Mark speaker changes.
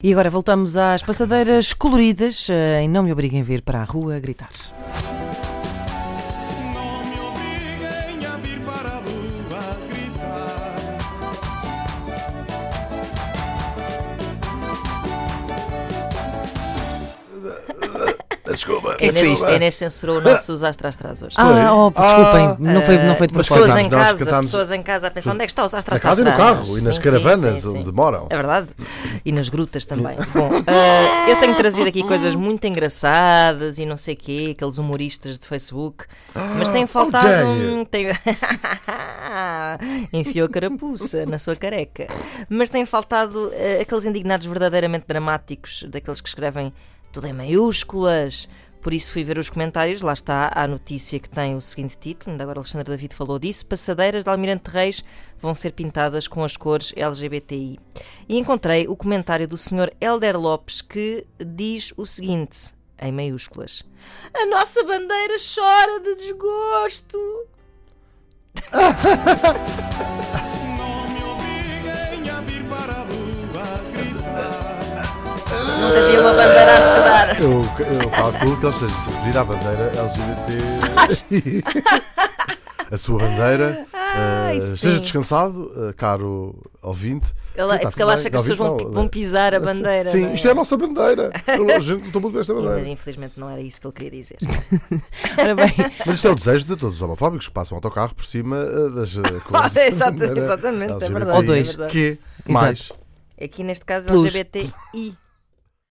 Speaker 1: E agora voltamos às passadeiras coloridas eh, em Não Me Obriguem a Vir para a Rua a Gritar.
Speaker 2: Não me obriguem a vir para a lua gritar.
Speaker 3: Desculpa.
Speaker 4: A Inês, a Inês é censurou o nosso Os Astras Astras hoje.
Speaker 1: Ah, oh, desculpem,
Speaker 3: Ah.
Speaker 1: não, foi, não foi de
Speaker 3: Mas
Speaker 1: propósito.
Speaker 4: pessoas
Speaker 3: cantámos,
Speaker 4: em
Speaker 3: nós
Speaker 4: casa,
Speaker 3: cantámos-
Speaker 4: pessoas em casa a pensar onde é que está os Astras
Speaker 3: Na casa e no
Speaker 4: Astras?
Speaker 3: carro, e nas
Speaker 4: Sim,
Speaker 3: caravanas
Speaker 4: sim, sim,
Speaker 3: onde
Speaker 4: sim.
Speaker 3: moram.
Speaker 4: É verdade. E nas grutas também. Bom, ah, eu tenho trazido aqui coisas muito engraçadas e não sei quê, aqueles humoristas de Facebook, mas
Speaker 3: Ah,
Speaker 4: tem faltado
Speaker 3: dare
Speaker 4: um.
Speaker 3: you.
Speaker 4: Tem... Enfiou a carapuça na sua careca. Mas tem faltado ah, aqueles indignados verdadeiramente dramáticos, daqueles que escrevem tudo em maiúsculas. Por isso fui ver os comentários, lá está a notícia que tem o seguinte título, ainda agora Alexandre David falou disso: Passadeiras de Almirante Reis vão ser pintadas com as cores LGBTI. E encontrei o comentário do Sr. Helder Lopes que diz o seguinte, em maiúsculas: A nossa bandeira chora de desgosto.
Speaker 2: Não me obriguem a vir para a lua gritar.
Speaker 4: Não havia uma bandeira a chorar.
Speaker 3: Eu, eu calculo que ele esteja a se referir à bandeira LGBT. a sua bandeira.
Speaker 4: Ai,
Speaker 3: eh,
Speaker 4: Ah, sim.
Speaker 3: esteja descansado, eh, caro ouvinte.
Speaker 4: Ela-
Speaker 3: Está
Speaker 4: porque
Speaker 3: tudo
Speaker 4: ela
Speaker 3: bem,
Speaker 4: acha que
Speaker 3: não
Speaker 4: as pessoas
Speaker 3: ouvinte,
Speaker 4: vão-
Speaker 3: não.
Speaker 4: vão pisar a bandeira,
Speaker 3: Sim,
Speaker 4: não é?
Speaker 3: isto é a nossa bandeira. Eu, a gente não estou muito bem esta
Speaker 4: Mas
Speaker 3: bandeira.
Speaker 4: infelizmente não era isso que ele queria dizer.
Speaker 1: Ora bem,
Speaker 3: Mas isto é o desejo de todos os homofóbicos que passam autocarro por cima eh, das eh, cores. da
Speaker 4: É, Exatamente,
Speaker 3: bandeira
Speaker 4: exatamente, é
Speaker 3: LGBTI,
Speaker 4: verdade,
Speaker 1: é verdade.
Speaker 3: Que mais.
Speaker 4: Aqui neste caso
Speaker 1: Plus.
Speaker 4: LGBTI.